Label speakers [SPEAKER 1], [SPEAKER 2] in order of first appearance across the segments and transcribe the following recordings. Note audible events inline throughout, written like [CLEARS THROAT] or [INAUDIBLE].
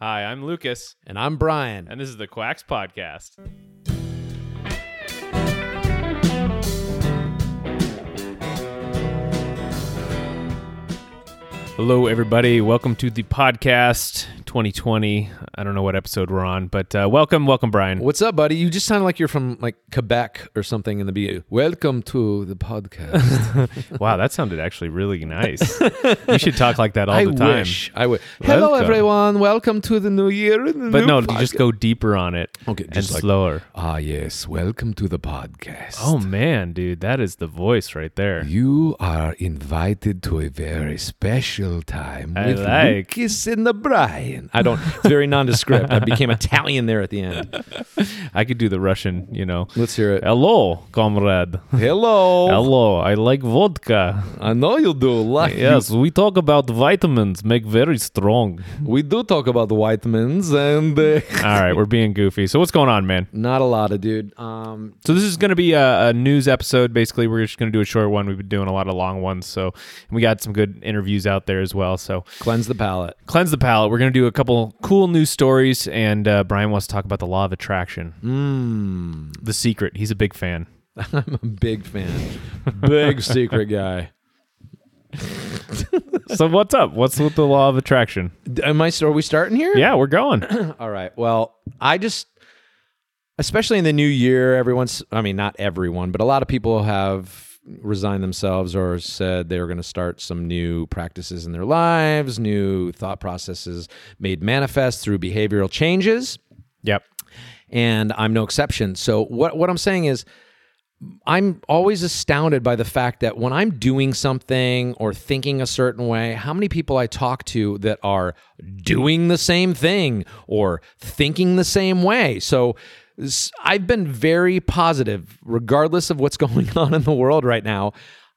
[SPEAKER 1] Hi, I'm Lucas,
[SPEAKER 2] And I'm Brian.
[SPEAKER 1] and this is the Quacks Podcast. Hello, everybody. Welcome to the podcast 2020. I don't know what episode we're on, but uh, welcome, welcome, Brian.
[SPEAKER 2] [LAUGHS] What's up, buddy? You just sound like you're from like Quebec or something in the beginning. Welcome to the podcast. [LAUGHS]
[SPEAKER 1] wow, that sounded actually really nice. you should talk like that all
[SPEAKER 2] I
[SPEAKER 1] the time.
[SPEAKER 2] wish. I wish. Hello,
[SPEAKER 1] Welcome.
[SPEAKER 2] everyone. Welcome to the new year. and the
[SPEAKER 1] But
[SPEAKER 2] new
[SPEAKER 1] no, you
[SPEAKER 2] pod-
[SPEAKER 1] just go deeper on it
[SPEAKER 2] Okay,
[SPEAKER 1] and
[SPEAKER 2] just like-
[SPEAKER 1] slower.
[SPEAKER 2] Ah, yes. Welcome to the podcast.
[SPEAKER 1] Oh man, dude, that is the voice right
[SPEAKER 2] [LAUGHS]
[SPEAKER 1] there.
[SPEAKER 2] You are invited to a very special time
[SPEAKER 1] I
[SPEAKER 2] with
[SPEAKER 1] like.
[SPEAKER 2] Lucas and the Brian. I don't. It's very nondescript. I became Italian there at the end.
[SPEAKER 1] I could do the Russian, you know.
[SPEAKER 2] [LAUGHS] Let's hear it.
[SPEAKER 1] Hello, comrade.
[SPEAKER 2] Hello.
[SPEAKER 1] Hello, I like vodka.
[SPEAKER 2] I know you do. Like you
[SPEAKER 1] Yes, we talk about vitamins, make very strong.
[SPEAKER 2] We do talk about the vitamins and uh,
[SPEAKER 1] All right, we're being goofy. So what's going on, man?
[SPEAKER 2] not a lot of dude. Um,
[SPEAKER 1] So this is going to be a, a news episode. Basically, we're just going to do a short one. We've been doing a lot of long ones, so and we got some good interviews out there as well. So
[SPEAKER 2] cleanse the palate.
[SPEAKER 1] cleanse the palate. We're going to do a couple cool news stories, and uh, Brian wants to talk about the law of attraction,
[SPEAKER 2] Mmm,
[SPEAKER 1] the secret. He's a big fan.
[SPEAKER 2] [LAUGHS] I'm a big fan, big secret guy.
[SPEAKER 1] So what's up? What's with the law of attraction?
[SPEAKER 2] D- Am I? Are we starting here?
[SPEAKER 1] Yeah, we're going.
[SPEAKER 2] All right. Well, I just, especially in the new year, everyone's. I mean, not everyone, but a lot of people have resigned themselves or said they were going to start some new practices in their lives, new thought processes made manifest through behavioral changes.
[SPEAKER 1] Yep.
[SPEAKER 2] and I'm no exception. So what what I'm saying is I'm always astounded by the fact that when I'm doing something or thinking a certain way, how many people I talk to that are doing the same thing or thinking the same way. So s- I've been very positive regardless of what's [LAUGHS] going on in the world right now.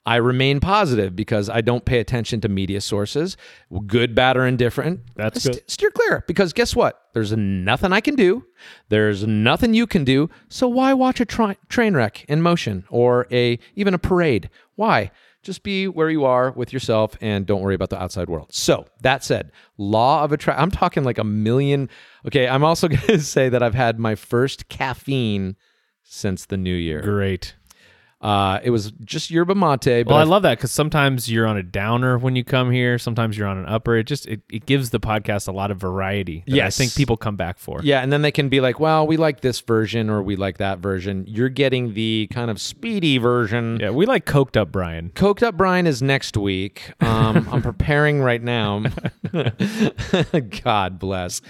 [SPEAKER 2] I remain positive because I don't pay attention to media sources, good, bad, or indifferent.
[SPEAKER 1] That's
[SPEAKER 2] I
[SPEAKER 1] good.
[SPEAKER 2] st- steer clear because guess what? There's nothing I can do. There's nothing you can do. So why watch a tri- train wreck in motion or a even a parade? Why? Just be where you are with yourself and don't worry about the outside world. So that said, law of attraction. I'm talking like a million. Okay, I'm also [LAUGHS] going to say that I've had my first caffeine since the new year.
[SPEAKER 1] Great.
[SPEAKER 2] Uh, it was just yerba mate, but
[SPEAKER 1] Well, I
[SPEAKER 2] I
[SPEAKER 1] love that because sometimes you're on a downer when you come here. Sometimes you're on an upper. It just it, it gives the podcast a lot of variety. That
[SPEAKER 2] Yes.
[SPEAKER 1] I think people come back for.
[SPEAKER 2] Yeah, and then they can be like, "Well, we like this version or we like that version." You're getting the kind of speedy version.
[SPEAKER 1] Yeah, we like coked up Brian.
[SPEAKER 2] Coked up Brian is next week.
[SPEAKER 1] [LAUGHS]
[SPEAKER 2] Um, I'm preparing right now. [LAUGHS] God bless.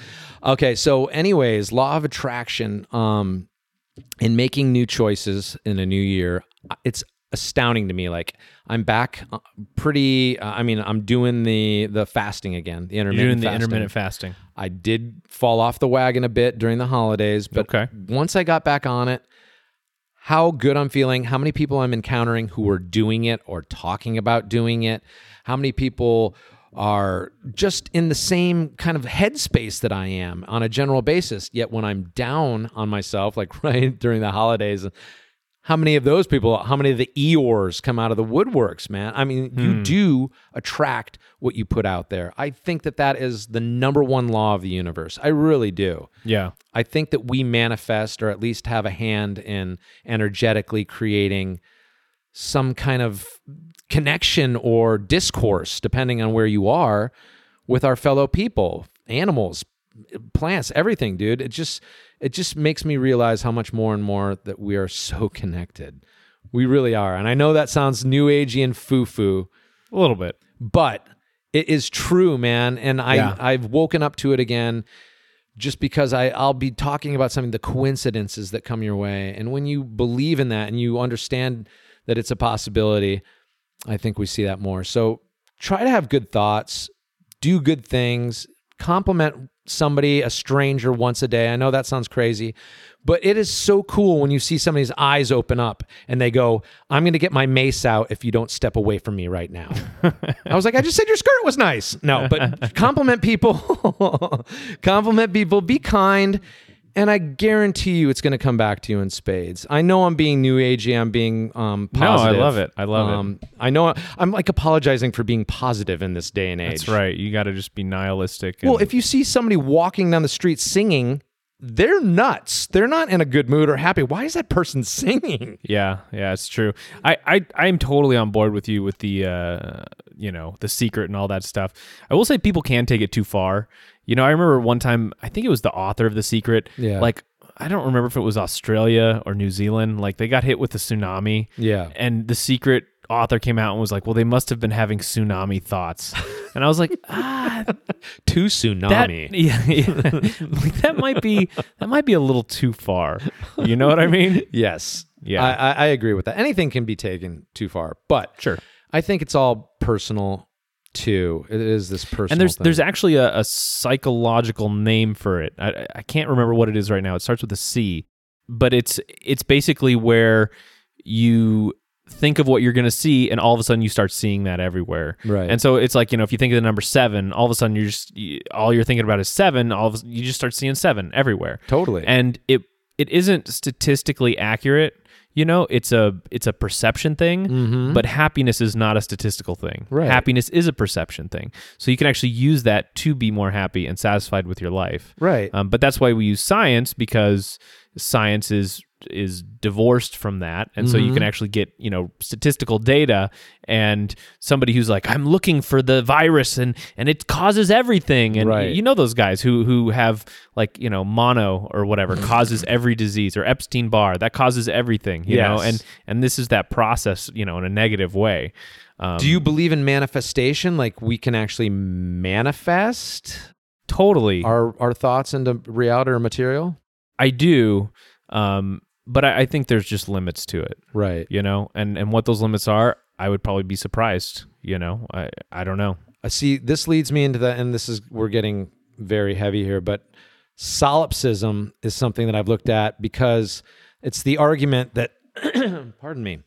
[SPEAKER 2] Okay, so anyways, law of attraction. Um, in making new choices in a new year, it's astounding to me. Like I'm back, uh, pretty. Uh, I mean, I'm doing the the fasting again. The intermittent
[SPEAKER 1] You're doing the
[SPEAKER 2] fasting.
[SPEAKER 1] intermittent fasting.
[SPEAKER 2] I did fall off the wagon a bit during the holidays, but
[SPEAKER 1] Okay.
[SPEAKER 2] once I got back on it, how good I'm feeling, how many people I'm encountering who are doing it or talking about doing it, how many people are just in the same kind of headspace that I am on a general basis. Yet when I'm down on myself, like [LAUGHS] right during the holidays, how many of those people, how many of the Eeyores come out of the woodworks, man? I mean, you do attract what you put out there. I think that that is the number one law of the universe. I really do.
[SPEAKER 1] Yeah.
[SPEAKER 2] I think that we manifest or at least have a hand in energetically creating some kind of connection or discourse, depending on where you are, with our fellow people, animals, plants, everything, dude. It just it just makes me realize how much more and more that we are so connected. We really are. And I know that sounds new agey and foo foo,
[SPEAKER 1] A little bit.
[SPEAKER 2] but it is true, man. And I
[SPEAKER 1] Yeah.
[SPEAKER 2] I've woken up to it again just because I, I'll be talking about something, the coincidences that come your way. And when you believe in that and you understand that it's a possibility, I think we see that more. So try to have good thoughts, do good things, compliment somebody, a stranger once a day. I know that sounds crazy, but it is so cool when you see somebody's eyes open up and they go, I'm going to get my mace out if you don't step away from me right now. I was like, I just said your skirt
[SPEAKER 1] [LAUGHS]
[SPEAKER 2] was [LAUGHS] nice. No, but compliment people, compliment people, be kind. and I guarantee you it's going to come back to you in spades. I know I'm being new agey. I'm being um, positive.
[SPEAKER 1] love it. I love it.
[SPEAKER 2] it. Um, I know I'm like apologizing for being positive in this day and age.
[SPEAKER 1] That's right. You got to just be nihilistic. And,
[SPEAKER 2] Well, if you see somebody walking down the street singing, they're nuts. They're not in a good mood or happy. Why is that person [LAUGHS] singing?
[SPEAKER 1] yeah, yeah, it's true. I, I, I'm totally on board with you with the, uh, you know, the secret and all that stuff. I will say people can take it too far. You know, I remember one time, I think it was the author of the secret.
[SPEAKER 2] Yeah.
[SPEAKER 1] Like, I don't remember if it was Australia or New Zealand. Like, they got hit with a tsunami.
[SPEAKER 2] Yeah.
[SPEAKER 1] And the secret author came out and was like, well, they must have been having tsunami thoughts. And I was
[SPEAKER 2] [LAUGHS]
[SPEAKER 1] like, ah,
[SPEAKER 2] To
[SPEAKER 1] that,
[SPEAKER 2] tsunami.
[SPEAKER 1] [LAUGHS] yeah, yeah. [LAUGHS] like that might be that might be a little too far. You know what I
[SPEAKER 2] [LAUGHS]
[SPEAKER 1] mean?
[SPEAKER 2] yes.
[SPEAKER 1] Yeah.
[SPEAKER 2] I, I, I agree with that. Anything can be taken too far, but
[SPEAKER 1] Sure.
[SPEAKER 2] I think it's all personal too. It is this personal.
[SPEAKER 1] And there's
[SPEAKER 2] thing.
[SPEAKER 1] there's actually a, a psychological name for it. I, I can't remember what it is right now. It starts with a C, but it's it's basically where you think of what you're going to see, and all of a sudden you start seeing that everywhere.
[SPEAKER 2] Right.
[SPEAKER 1] And so it's like you know if you think of the number seven, all of a sudden you're just you, all you're thinking about is seven. All of a, sudden you just start seeing seven everywhere.
[SPEAKER 2] totally
[SPEAKER 1] and it it isn't statistically accurate you know it's a it's a perception thing but happiness is not a statistical thing
[SPEAKER 2] Mm-hmm. Right.
[SPEAKER 1] happiness is a perception thing so you can actually use that to be more happy and satisfied with your life
[SPEAKER 2] right.
[SPEAKER 1] um, but that's why we use science because science is is divorced from that and so you
[SPEAKER 2] Mm-hmm.
[SPEAKER 1] can actually get you know statistical data and somebody who's like i'm looking for the virus and and it causes everything and
[SPEAKER 2] Right.
[SPEAKER 1] you know those guys who who have like you know mono or whatever
[SPEAKER 2] Mm-hmm.
[SPEAKER 1] causes every disease or epstein barr that causes everything you know
[SPEAKER 2] Yes.
[SPEAKER 1] and and this is that process you know in a negative way um,
[SPEAKER 2] Do you believe in manifestation? Like we can actually manifest
[SPEAKER 1] totally
[SPEAKER 2] our our thoughts into reality or material?
[SPEAKER 1] i do um but I, I think there's just limits to it
[SPEAKER 2] Right.
[SPEAKER 1] you know and and what those limits are i would probably be surprised you know i i don't know
[SPEAKER 2] I see this leads me into the and this is we're getting very heavy here but solipsism is something that i've looked at because it's the argument that [CLEARS THROAT] pardon me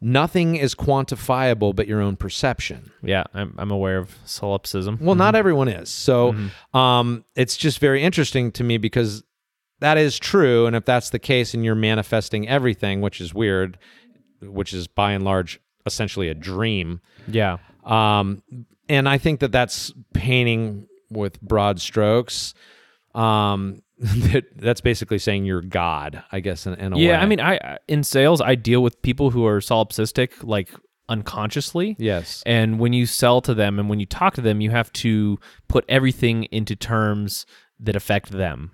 [SPEAKER 2] nothing is quantifiable but your own perception
[SPEAKER 1] yeah i'm, I'm aware of solipsism
[SPEAKER 2] well not everyone is so um, it's just very interesting to me because that is true and if that's the case and you're manifesting everything which is weird which is by and large essentially a dream
[SPEAKER 1] yeah
[SPEAKER 2] um, and I think that that's painting with broad strokes. Um, [LAUGHS] that, that's basically saying you're God, I guess, in, in a way.
[SPEAKER 1] yeah i mean i I- in sales i deal with people who are solipsistic like unconsciously
[SPEAKER 2] yes,
[SPEAKER 1] and when you sell to them and when you talk to them you have to put everything into terms that affect them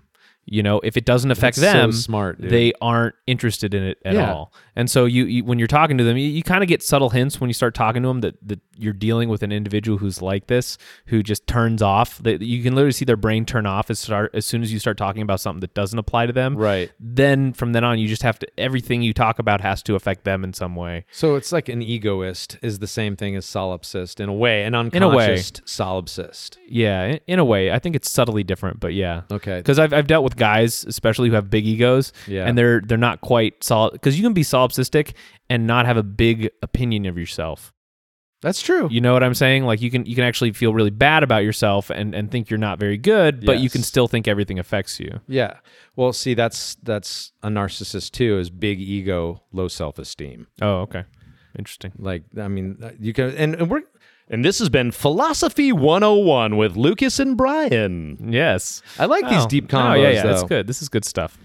[SPEAKER 1] you know if it doesn't affect
[SPEAKER 2] That's so
[SPEAKER 1] them
[SPEAKER 2] smart, dude.
[SPEAKER 1] they aren't interested in it at
[SPEAKER 2] Yeah.
[SPEAKER 1] all and so you, you when you're talking to them you, you kind of get subtle hints when you start talking to them that, that you're dealing with an individual who's like this who just turns off that you can literally see their brain turn off as start as soon as you start talking about something that doesn't apply to them
[SPEAKER 2] Right.
[SPEAKER 1] then from then on you just have to everything you talk about has to affect them in some way
[SPEAKER 2] So it's like an egoist is the same thing as solipsist in a way, an
[SPEAKER 1] a way.
[SPEAKER 2] unconscious solipsist.
[SPEAKER 1] Yeah, i- in a way, I think it's subtly different, but yeah.
[SPEAKER 2] Okay.
[SPEAKER 1] Because I've, I've dealt with guys, especially who have big egos,
[SPEAKER 2] Yeah.
[SPEAKER 1] and they're they're not quite solid. Because you can be solipsistic and not have a big opinion of yourself.
[SPEAKER 2] That's true.
[SPEAKER 1] You know what I'm saying? Like you can you can actually feel really bad about yourself and and think you're not very good, but you
[SPEAKER 2] Yes.
[SPEAKER 1] can still think everything affects you.
[SPEAKER 2] Yeah. Well, see, that's that's a narcissist too. Is big ego, low self esteem.
[SPEAKER 1] Oh, okay, interesting.
[SPEAKER 2] Like, I mean, uh, you can, and, and we're, and this has been Philosophy 101 with Lucas and Brian.
[SPEAKER 1] Yes,
[SPEAKER 2] I like these
[SPEAKER 1] Oh,
[SPEAKER 2] deep
[SPEAKER 1] no,
[SPEAKER 2] combos,
[SPEAKER 1] yeah, yeah, that's
[SPEAKER 2] though.
[SPEAKER 1] good. This is good stuff.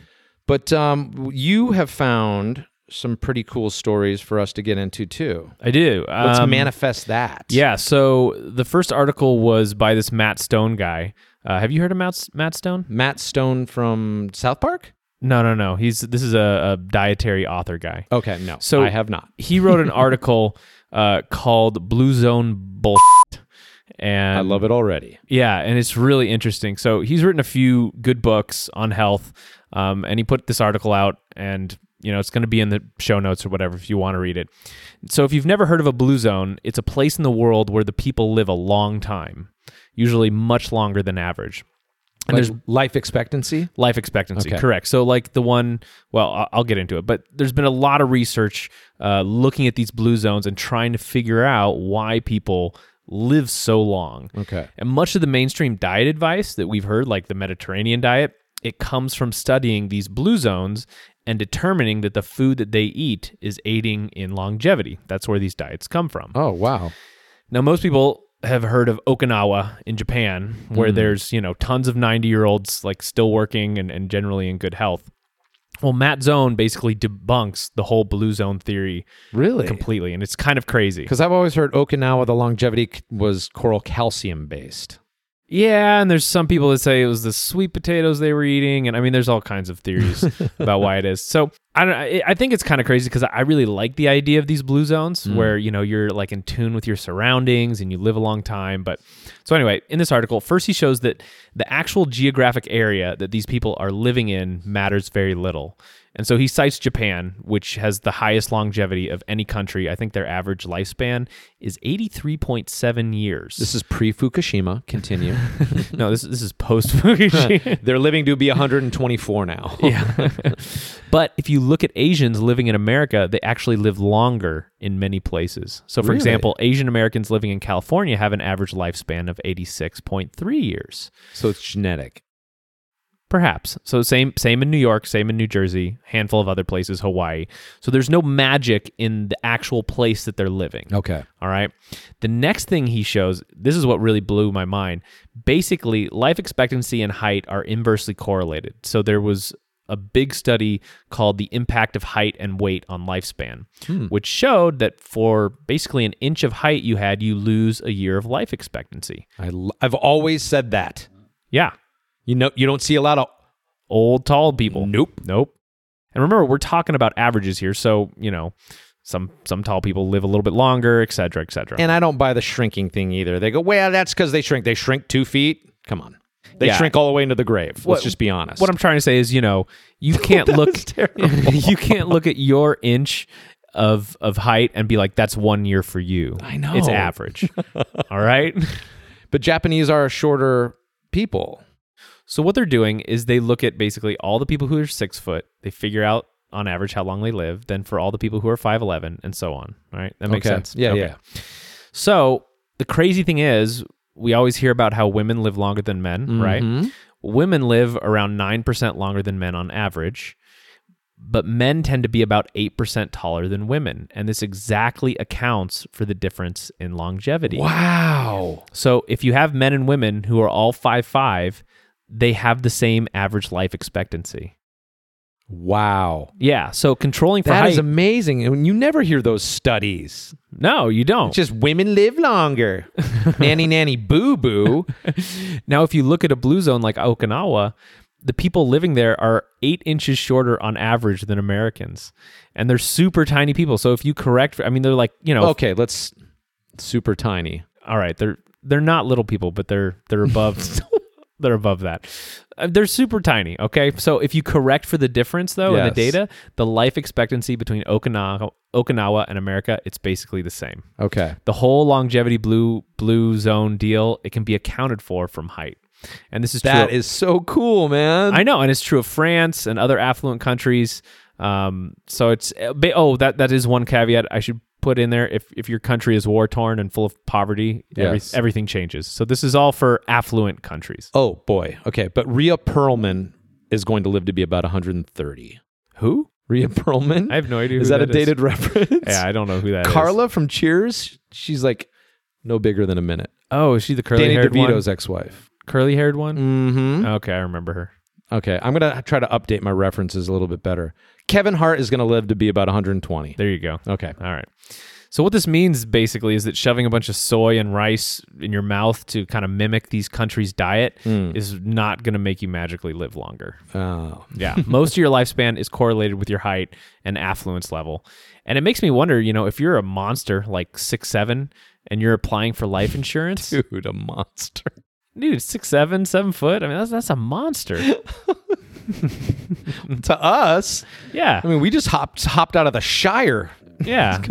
[SPEAKER 2] But um, you have found some pretty cool stories for us to get into, too.
[SPEAKER 1] I do.
[SPEAKER 2] Let's
[SPEAKER 1] um,
[SPEAKER 2] manifest that.
[SPEAKER 1] Yeah. So the first article was by this Matt Stone guy. Uh, have you heard of Matt Matt Stone?
[SPEAKER 2] Matt Stone from South Park?
[SPEAKER 1] No, no, no. He's this is a, a dietary author guy.
[SPEAKER 2] Okay, no.
[SPEAKER 1] So-
[SPEAKER 2] I have not.
[SPEAKER 1] He wrote
[SPEAKER 2] [LAUGHS]
[SPEAKER 1] an article uh, called "Blue Zone Bullshit," and
[SPEAKER 2] I love it already.
[SPEAKER 1] yeah, and it's really interesting. So he's written a few good books on health, um, and he put this article out, and you know it's going to be in the show notes or whatever if you want to read it. So if you've never heard of a blue zone, it's a place in the world where the people live a long time, usually much longer than average.
[SPEAKER 2] And there's life expectancy.
[SPEAKER 1] life expectancy
[SPEAKER 2] Okay.
[SPEAKER 1] correct so like the one well I- i'll get into it but there's been a lot of research uh, looking at these blue zones and trying to figure out why people live so long
[SPEAKER 2] Okay.
[SPEAKER 1] and much of the mainstream diet advice that we've heard like the mediterranean diet It comes from studying these blue zones and determining that the food that they eat is aiding in longevity. That's where these diets come from.
[SPEAKER 2] Oh, wow.
[SPEAKER 1] Now, most people have heard of Okinawa in Japan, where there's, you know, tons of 90 year olds like still working and, and generally in good health. Well, Matt Zone basically debunks the whole blue zone theory
[SPEAKER 2] Really?
[SPEAKER 1] completely, and it's kind of crazy.
[SPEAKER 2] Because I've always heard Okinawa, the longevity c- was coral calcium based.
[SPEAKER 1] Yeah, and there's some people that say it was the sweet potatoes they were eating, and I mean, there's all kinds of theories about why it is. So I don't. I- I think it's kind of crazy because I really like the idea of these blue zones where you know you're like in tune with your surroundings and you live a long time. But so anyway, in this article, first he shows that the actual geographic area that these people are living in matters very little. And so he cites Japan, which has the highest longevity of any country. I think their average lifespan is 83.7 years
[SPEAKER 2] This is pre
[SPEAKER 1] [LAUGHS]
[SPEAKER 2] Fukushima. Continue.
[SPEAKER 1] no, this this is post [LAUGHS] Fukushima.
[SPEAKER 2] They're [LAUGHS] living to be 124 now.
[SPEAKER 1] yeah. [LAUGHS] but if you look at Asians living in America, they actually live longer in many places. So for
[SPEAKER 2] Really?
[SPEAKER 1] example, Asian Americans living in California have an average lifespan of 86.3 years.
[SPEAKER 2] So it's genetic.
[SPEAKER 1] Perhaps. So same same in New York, same in New Jersey, handful of other places, Hawaii. So there's no magic in the actual place that they're living.
[SPEAKER 2] Okay.
[SPEAKER 1] All right. The next thing he shows, this is what really blew my mind. Basically, life expectancy and height are inversely correlated. So there was a big study called the impact of height and weight on lifespan, which showed that for basically an inch of height you had, you lose a year of life expectancy.
[SPEAKER 2] I l- I've always said that.
[SPEAKER 1] Yeah.
[SPEAKER 2] You know, you don't see a lot of.
[SPEAKER 1] Old tall people.
[SPEAKER 2] Nope.
[SPEAKER 1] Nope. And remember, we're talking about averages here, so you know, some some tall people live a little bit longer, et cetera, et cetera.
[SPEAKER 2] And I don't buy the shrinking thing either. They go, well, that's because they shrink. They shrink two feet. Come on. They
[SPEAKER 1] Yeah.
[SPEAKER 2] shrink all the way into the grave. Let's
[SPEAKER 1] What-
[SPEAKER 2] just be honest.
[SPEAKER 1] what I'm trying to say is, you know,
[SPEAKER 2] [LAUGHS]
[SPEAKER 1] you can't look [LAUGHS] you can't look at your inch of of height and be like, that's one year for you.
[SPEAKER 2] I know.
[SPEAKER 1] It's
[SPEAKER 2] [LAUGHS]
[SPEAKER 1] average. All right.
[SPEAKER 2] but Japanese are shorter people.
[SPEAKER 1] So what they're doing is they look at basically all the people who are six foot, they figure out on average how long they live, then for all the people who are five eleven and so on. All right. That makes
[SPEAKER 2] Okay.
[SPEAKER 1] sense.
[SPEAKER 2] Yeah,
[SPEAKER 1] Okay.
[SPEAKER 2] yeah.
[SPEAKER 1] So the crazy thing is we always hear about how women live longer than men,
[SPEAKER 2] Mm-hmm.
[SPEAKER 1] right? Women live around 9% longer than men on average, but men tend to be about 8% taller than women. And this exactly accounts for the difference in longevity.
[SPEAKER 2] Wow.
[SPEAKER 1] So if you have men and women who are all 5'5, they have the same average life expectancy.
[SPEAKER 2] Wow.
[SPEAKER 1] Yeah. So controlling for
[SPEAKER 2] That is
[SPEAKER 1] height.
[SPEAKER 2] amazing. And you never hear those studies.
[SPEAKER 1] no, you don't.
[SPEAKER 2] Just women live longer. nanny, nanny, boo boo.
[SPEAKER 1] Now, if you look at a blue zone like Okinawa, the people living there are eight inches shorter on average than Americans, and they're super tiny people. So if you correct, I mean, they're like you know,
[SPEAKER 2] Okay, let's. Super tiny.
[SPEAKER 1] all right, they're they're not little people, but they're they're
[SPEAKER 2] [LAUGHS]
[SPEAKER 1] above they're above that. Uh, They're super tiny. Okay, so if you correct for the difference though in the
[SPEAKER 2] Yes.
[SPEAKER 1] data, the life expectancy between Okinawa Okinawa and America, it's basically the same.
[SPEAKER 2] Okay.
[SPEAKER 1] The whole longevity blue blue zone deal, it can be accounted for from height. And this is true.
[SPEAKER 2] that is so cool, man.
[SPEAKER 1] I know, and it's true of France and other affluent countries. Um, so it's uh, ba- oh that that is one caveat I should put in there. If if your country is war torn and full of poverty, every-
[SPEAKER 2] Yes.
[SPEAKER 1] everything changes. So this is all for affluent countries.
[SPEAKER 2] Oh boy. Okay, but Rhea Perlman is going to live to be about 130.
[SPEAKER 1] Who?
[SPEAKER 2] Rhea Perlman?
[SPEAKER 1] I have no idea.
[SPEAKER 2] is
[SPEAKER 1] who
[SPEAKER 2] that, a dated reference?
[SPEAKER 1] Yeah, I don't know who that is.
[SPEAKER 2] Carla from Cheers. She's like no bigger than a minute.
[SPEAKER 1] Oh, is she the curly
[SPEAKER 2] Danny
[SPEAKER 1] haired one?
[SPEAKER 2] DeVito's ex-wife.
[SPEAKER 1] Curly haired one.
[SPEAKER 2] Mm-hmm.
[SPEAKER 1] Okay, I remember her.
[SPEAKER 2] Okay, I'm gonna try to update my references a little bit better. Kevin Hart is gonna live to be about 120.
[SPEAKER 1] There you go.
[SPEAKER 2] Okay.
[SPEAKER 1] All right. So what this means basically is that shoving a bunch of soy and rice in your mouth to kind of mimic these countries' diet
[SPEAKER 2] Hmm.
[SPEAKER 1] is not going to make you magically live longer.
[SPEAKER 2] Oh.
[SPEAKER 1] Yeah. [LAUGHS] Most of your lifespan is correlated with your height and affluence level. And it makes me wonder, you know, if you're a monster like six seven and you're applying for life insurance. dude,
[SPEAKER 2] Dude, a monster.
[SPEAKER 1] six seven, seven foot. I mean, that's that's a monster.
[SPEAKER 2] to us,
[SPEAKER 1] Yeah.
[SPEAKER 2] I mean, we just hopped hopped out of the Shire. [LAUGHS]
[SPEAKER 1] Yeah.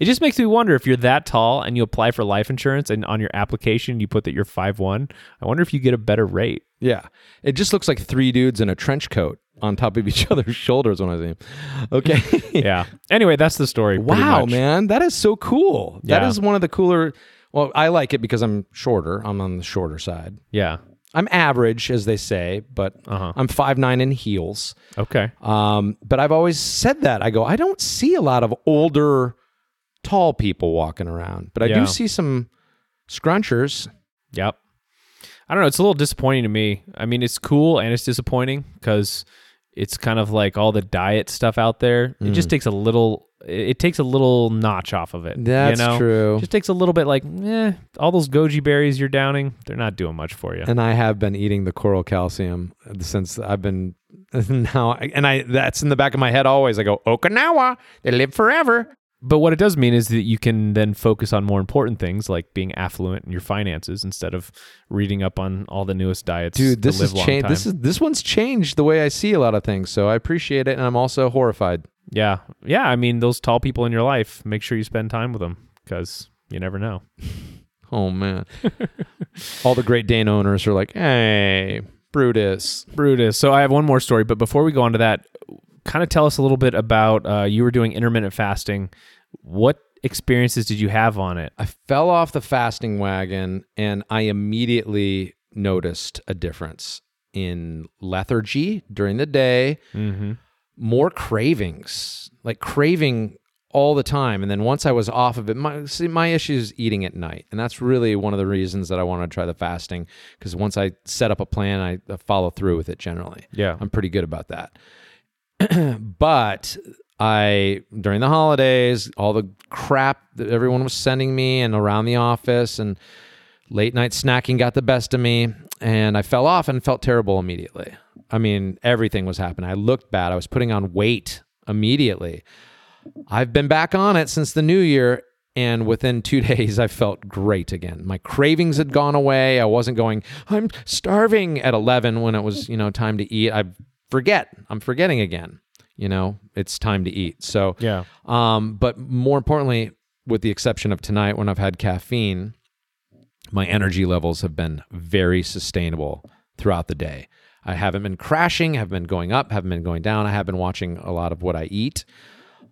[SPEAKER 1] It just makes me wonder if you're that tall and you apply for life insurance and on your application you put that you're five one. I wonder if you get a better rate.
[SPEAKER 2] yeah, it just looks like three dudes in a trench coat on top of each [LAUGHS] other's shoulders when I see him.
[SPEAKER 1] [LAUGHS]
[SPEAKER 2] Okay.
[SPEAKER 1] Yeah. anyway, that's the story. pretty
[SPEAKER 2] Wow,
[SPEAKER 1] much.
[SPEAKER 2] man, that is so cool.
[SPEAKER 1] Yeah.
[SPEAKER 2] That is one of the cooler. Well, I like it because I'm shorter. I'm on the shorter side.
[SPEAKER 1] Yeah.
[SPEAKER 2] I'm average, as they say, but
[SPEAKER 1] Uh-huh.
[SPEAKER 2] I'm five nine in heels.
[SPEAKER 1] Okay.
[SPEAKER 2] Um, but I've always said that. I go, I don't see a lot of older, tall people walking around, but I
[SPEAKER 1] Yeah.
[SPEAKER 2] do see some scrunchers.
[SPEAKER 1] Yep. I don't know. It's a little disappointing to me. I mean, it's cool and it's disappointing because it's kind of like all the diet stuff out there. It
[SPEAKER 2] Mm.
[SPEAKER 1] just takes a little. It it takes a little notch off of it. you
[SPEAKER 2] That's
[SPEAKER 1] know?
[SPEAKER 2] true.
[SPEAKER 1] Just takes a little bit. Like, eh, all those goji berries you're downing, they're not doing much for you.
[SPEAKER 2] and I have been eating the coral calcium since I've been [LAUGHS] now, and I that's in the back of my head always. I go Okinawa, they live forever.
[SPEAKER 1] But what it does mean is that you can then focus on more important things like being affluent in your finances instead of reading up on all the newest diets.
[SPEAKER 2] Dude, this
[SPEAKER 1] to live
[SPEAKER 2] is
[SPEAKER 1] long
[SPEAKER 2] changed.
[SPEAKER 1] time.
[SPEAKER 2] This is this one's changed the way I see a lot of things. So I appreciate it, and I'm also horrified.
[SPEAKER 1] Yeah. Yeah. I mean, those tall people in your life, make sure you spend time with them because you never know.
[SPEAKER 2] Oh [LAUGHS] man, all the Great Dane owners are like, hey, Brutus.
[SPEAKER 1] Brutus. So I have one more story, but before we go on to that, kind of tell us a little bit about uh, you were doing intermittent fasting. What experiences did you have on it?
[SPEAKER 2] I fell off the fasting wagon and I immediately noticed a difference in lethargy during the day,
[SPEAKER 1] Mm-hmm.
[SPEAKER 2] more cravings, like craving all the time. And then once I was off of it, my see, my issue is eating at night. And that's really one of the reasons that I want to try the fasting because once I set up a plan, I- I follow through with it generally.
[SPEAKER 1] Yeah.
[SPEAKER 2] I'm pretty good about that. [CLEARS THROAT] but I during the holidays, all the crap that everyone was sending me and around the office and late night snacking got the best of me and I fell off and felt terrible immediately. I mean, everything was happening. I looked bad. I was putting on weight immediately. I've been back on it since the new year. And within [LAUGHS] two days, I felt great again. My cravings had gone away. I wasn't going, I'm starving at 11 when it was, you know, time to eat. I forget. I'm forgetting again. You know, it's time to eat. So,
[SPEAKER 1] Yeah.
[SPEAKER 2] um, but more importantly, with the exception of tonight when I've had caffeine, my energy levels have been very sustainable throughout the day. I haven't been crashing, have been going up, haven't been going down. I have been watching a lot of what I eat,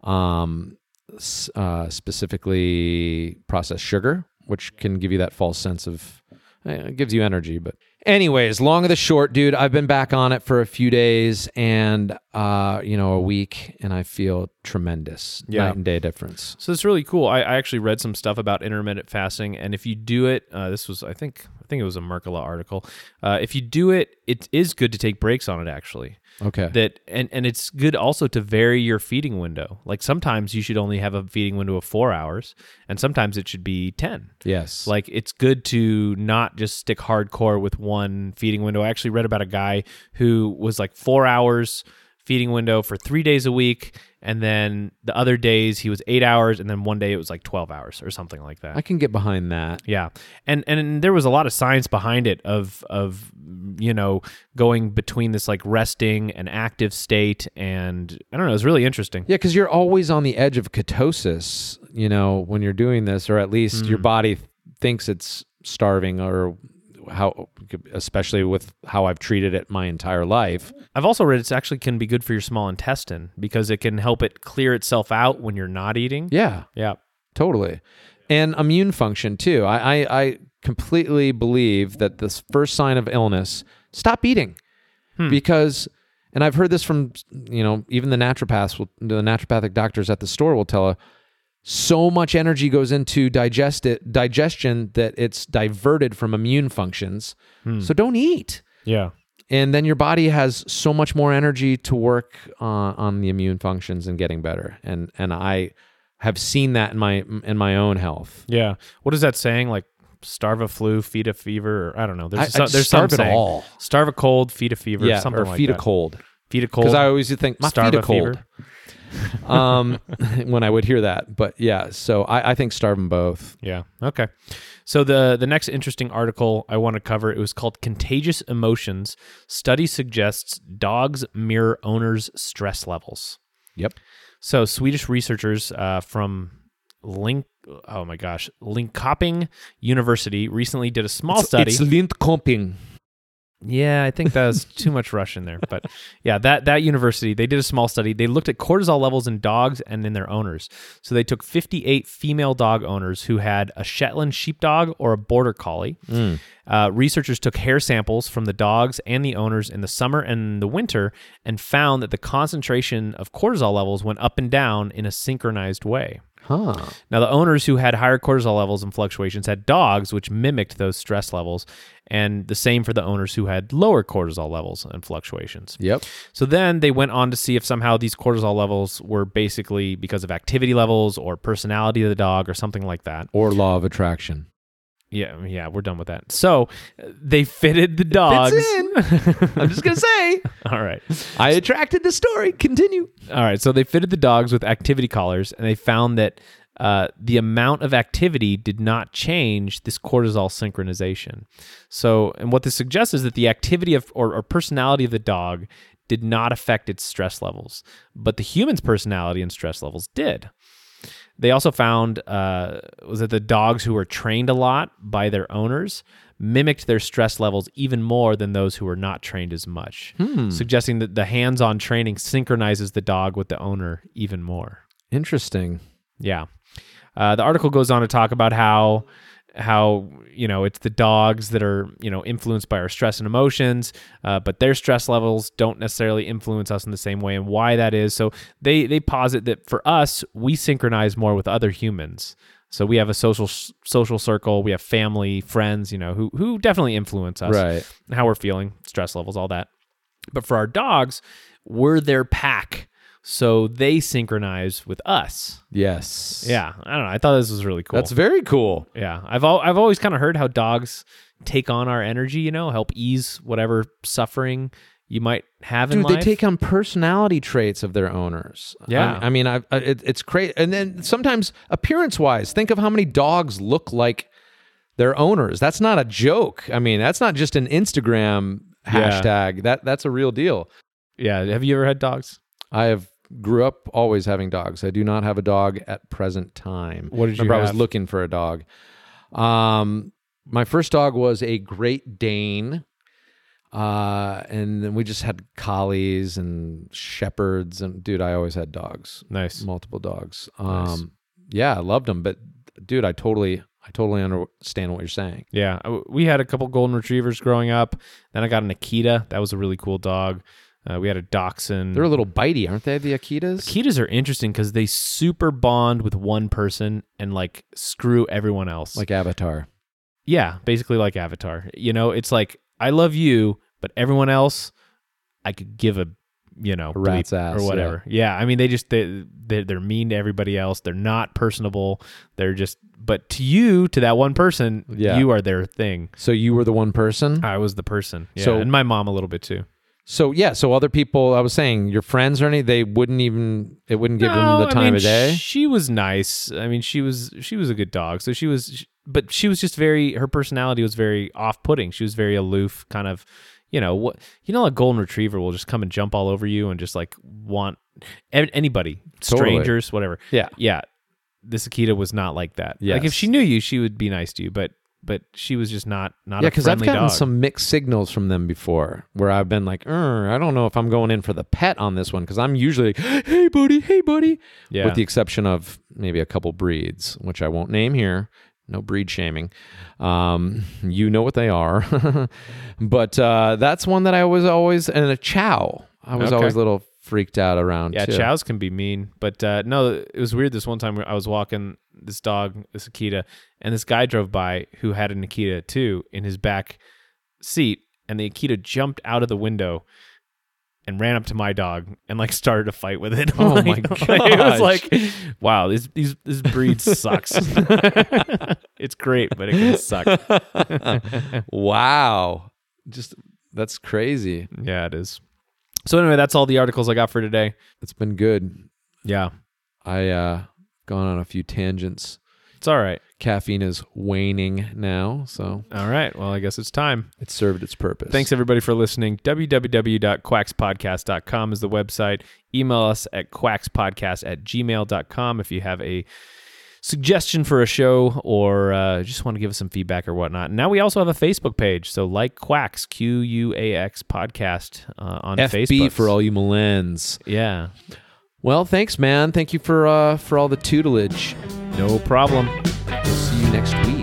[SPEAKER 2] um, s- uh, specifically processed sugar, which can give you that false sense of eh, it gives you energy. But, anyways, long of the short, dude, I've been back on it for a few days and, uh, you know, a week, and I feel tremendous.
[SPEAKER 1] Yeah.
[SPEAKER 2] Night and day difference.
[SPEAKER 1] So it's really cool. I, I actually read some stuff about intermittent fasting, and if you do it, uh, this was I think I think it was a Mercola article. Uh, if you do it, it is good to take breaks on it actually.
[SPEAKER 2] Okay.
[SPEAKER 1] that and and it's good also to vary your feeding window like sometimes you should only have a feeding window of four hours and sometimes it should be 10
[SPEAKER 2] yes.
[SPEAKER 1] like it's good to not just stick hardcore with one feeding window i actually read about a guy who was like four hours feeding window for three days a week and then the other days he was eight hours and then one day it was like 12 hours or something like that
[SPEAKER 2] I can get behind that.
[SPEAKER 1] yeah, and and there was a lot of science behind it of of you know going between this like resting and active state, and I don't know, it's really interesting.
[SPEAKER 2] Yeah, because you're always on the edge of ketosis, you know, when you're doing this, or at least your body thinks it's starving, or how, especially with how I've treated it my entire life.
[SPEAKER 1] I've also read it's actually can be good for your small intestine because it can help it clear itself out when you're not eating.
[SPEAKER 2] Yeah,
[SPEAKER 1] Yeah.
[SPEAKER 2] totally. And immune function, too. I, I, I completely believe that this first sign of illness, stop eating. Because, and I've heard this from, you know, even the naturopaths, will, the naturopathic doctors at the store will tell us, so much energy goes into digest it, digestion that it's diverted from immune functions. So don't eat.
[SPEAKER 1] Yeah.
[SPEAKER 2] And then your body has so much more energy to work uh, on the immune functions and getting better. And and I have seen that in my in my own health.
[SPEAKER 1] Yeah. What is that saying? Like starve a flu, feed a fever, or I don't know. There's,
[SPEAKER 2] I-
[SPEAKER 1] so-
[SPEAKER 2] I'd
[SPEAKER 1] there's
[SPEAKER 2] starve
[SPEAKER 1] some
[SPEAKER 2] it
[SPEAKER 1] saying.
[SPEAKER 2] all.
[SPEAKER 1] Starve a cold, feed a fever,
[SPEAKER 2] yeah,
[SPEAKER 1] something
[SPEAKER 2] or
[SPEAKER 1] like
[SPEAKER 2] feed
[SPEAKER 1] that.
[SPEAKER 2] a cold.
[SPEAKER 1] Feed a cold.
[SPEAKER 2] Because I always used to think my
[SPEAKER 1] starve
[SPEAKER 2] feet are
[SPEAKER 1] a fever.
[SPEAKER 2] cold. um, [LAUGHS] when I would hear that, but yeah. So I, I think starve them both.
[SPEAKER 1] Yeah. Okay. So the the next interesting article I want to cover it was called "Contagious Emotions: Study Suggests Dogs Mirror Owners' Stress Levels."
[SPEAKER 2] Yep.
[SPEAKER 1] So Swedish researchers uh, from Link, oh my gosh, Linköping University recently did a small study.
[SPEAKER 2] It's lint comping.
[SPEAKER 1] Yeah, I think that was too much rush in there. But yeah, that that university, they did a small study. They looked at cortisol levels in dogs and in their owners. So they took 58 female dog owners who had a Shetland sheepdog or a border collie. Uh, researchers took hair samples from the dogs and the owners in the summer and the winter and found that the concentration of cortisol levels went up and down in a synchronized way.
[SPEAKER 2] Huh.
[SPEAKER 1] Now, the owners who had higher cortisol levels and fluctuations had dogs which mimicked those stress levels, and the same for the owners who had lower cortisol levels and fluctuations.
[SPEAKER 2] Yep.
[SPEAKER 1] So then they went on to see if somehow these cortisol levels were basically because of activity levels or personality of the dog or something like that.
[SPEAKER 2] Or law of attraction.
[SPEAKER 1] Yeah, yeah, we're done with that. So uh, they fitted the dogs. [LAUGHS]
[SPEAKER 2] I'm just gonna say
[SPEAKER 1] All right.
[SPEAKER 2] [LAUGHS] I attracted the story. Continue.
[SPEAKER 1] All right, so they fitted the dogs with activity collars, and they found that uh, the amount of activity did not change this cortisol synchronization. So, and what this suggests is that the activity of or, or personality of the dog did not affect its stress levels, but the human's personality and stress levels did. They also found uh, was that the dogs who were trained a lot by their owners mimicked their stress levels even more than those who were not trained as much, suggesting that the hands-on training synchronizes the dog with the owner even more.
[SPEAKER 2] Interesting.
[SPEAKER 1] Yeah. Uh, the article goes on to talk about how how you know it's the dogs that are you know influenced by our stress and emotions uh, but their stress levels don't necessarily influence us in the same way and why that is so they they posit that for us we synchronize more with other humans so we have a social social circle we have family friends you know who who definitely influence us
[SPEAKER 2] Right.
[SPEAKER 1] how we're feeling, stress levels, all that. But for our dogs, we're their pack. So they synchronize with us.
[SPEAKER 2] Yes.
[SPEAKER 1] Yeah. I don't know. I thought this was really cool.
[SPEAKER 2] That's very cool.
[SPEAKER 1] yeah. I've al- I've always kind of heard how dogs take on our energy, you know, help ease whatever suffering you might have in
[SPEAKER 2] Dude,
[SPEAKER 1] life.
[SPEAKER 2] they take on personality traits of their owners.
[SPEAKER 1] Yeah.
[SPEAKER 2] I, I mean, I, I it, it's crazy. And then sometimes appearance-wise, think of how many dogs look like their owners. That's not a joke. I mean, that's not just an Instagram
[SPEAKER 1] Yeah.
[SPEAKER 2] hashtag. That that's a real deal.
[SPEAKER 1] yeah. Have you ever had dogs?
[SPEAKER 2] I have grew up always having dogs. I do not have a dog at present time.
[SPEAKER 1] What did you
[SPEAKER 2] Remember, I was
[SPEAKER 1] have?
[SPEAKER 2] looking for a dog. Um, my first dog was a Great Dane. Uh, and then we just had collies and shepherds and dude, I always had dogs,
[SPEAKER 1] Nice.
[SPEAKER 2] multiple dogs. Um, yeah, I loved them, but dude, I totally, I totally understand what you're saying.
[SPEAKER 1] Yeah, I- we had a couple golden retrievers growing up. Then I got an Akita. That was a really cool dog. Uh, we had a Dachshund.
[SPEAKER 2] They're a little bitey, aren't they? The Akitas?
[SPEAKER 1] Akitas are interesting because they super bond with one person and like screw everyone else.
[SPEAKER 2] Like Avatar.
[SPEAKER 1] yeah, basically like Avatar. You know, it's like I love you, but everyone else, I could give a you know
[SPEAKER 2] A rat's
[SPEAKER 1] bleep
[SPEAKER 2] ass,
[SPEAKER 1] or
[SPEAKER 2] yeah.
[SPEAKER 1] whatever. Yeah. I mean they just they they're, they're mean to everybody else. They're not personable. They're just but to you to that one person,
[SPEAKER 2] Yeah.
[SPEAKER 1] you are their thing.
[SPEAKER 2] So you were the one person?
[SPEAKER 1] I was the person. Yeah,
[SPEAKER 2] So-
[SPEAKER 1] and my mom a little bit too.
[SPEAKER 2] So yeah, so other people, I was saying, your friends or any, they wouldn't even, it wouldn't give
[SPEAKER 1] No,
[SPEAKER 2] them the
[SPEAKER 1] I
[SPEAKER 2] time
[SPEAKER 1] mean,
[SPEAKER 2] of day.
[SPEAKER 1] She was nice. I mean, she was she was a good dog. So she was, sh but she was just very. Her personality was very off-putting. She was very aloof, kind of. You know what? You know, a golden retriever will just come and jump all over you and just like want an- anybody,
[SPEAKER 2] Totally.
[SPEAKER 1] strangers, whatever.
[SPEAKER 2] Yeah.
[SPEAKER 1] yeah. This Akita was not like that. Like if
[SPEAKER 2] Yes.
[SPEAKER 1] she knew you, she would be nice to you. But but she was just not not
[SPEAKER 2] Yeah,
[SPEAKER 1] a
[SPEAKER 2] because I've
[SPEAKER 1] friendly
[SPEAKER 2] gotten
[SPEAKER 1] dog.
[SPEAKER 2] some mixed signals from them before where I've been like, "Er, I don't know if I'm going in for the pet on this one because I'm usually like, [GASPS] hey, buddy, hey, buddy.
[SPEAKER 1] Yeah.
[SPEAKER 2] With the exception of maybe a couple breeds, which I won't name here. No breed shaming. Um, you know what they are. [LAUGHS] but uh, that's one that I was always, and a chow. I was
[SPEAKER 1] Okay.
[SPEAKER 2] always a little freaked out around.
[SPEAKER 1] Yeah,
[SPEAKER 2] too.
[SPEAKER 1] chows can be mean, but uh, no, it was weird. This one time I was walking this dog, this Akita, and this guy drove by who had an Akita too in his back seat, and the Akita jumped out of the window and ran up to my dog and like started a fight with it. [LAUGHS]
[SPEAKER 2] Oh
[SPEAKER 1] Like-
[SPEAKER 2] my
[SPEAKER 1] It was
[SPEAKER 2] gosh.
[SPEAKER 1] like, wow, this these this
[SPEAKER 2] [LAUGHS]
[SPEAKER 1] breed sucks. [LAUGHS] it's great, but it can
[SPEAKER 2] [LAUGHS]
[SPEAKER 1] suck.
[SPEAKER 2] Wow. Just, that's crazy.
[SPEAKER 1] Yeah, it is. So anyway, that's all the articles I got for today.
[SPEAKER 2] It's been good.
[SPEAKER 1] Yeah,
[SPEAKER 2] I, uh, gone on a few tangents.
[SPEAKER 1] it's all right.
[SPEAKER 2] caffeine is waning now, so
[SPEAKER 1] All right. Well, I guess it's time.
[SPEAKER 2] it served its purpose.
[SPEAKER 1] Thanks everybody for listening. www.quackspodcast.com is the website. Email us at quackspodcast at gmail.com if you have a suggestion for a show or uh, just want to give us some feedback or whatnot. Now we also have a Facebook page. So like Quacks, Q U A X podcast uh, on
[SPEAKER 2] FB
[SPEAKER 1] Facebook.
[SPEAKER 2] for all you millennials.
[SPEAKER 1] Yeah.
[SPEAKER 2] Well, thanks, man. Thank you for uh, for all the tutelage.
[SPEAKER 1] No problem.
[SPEAKER 2] We'll see you next week.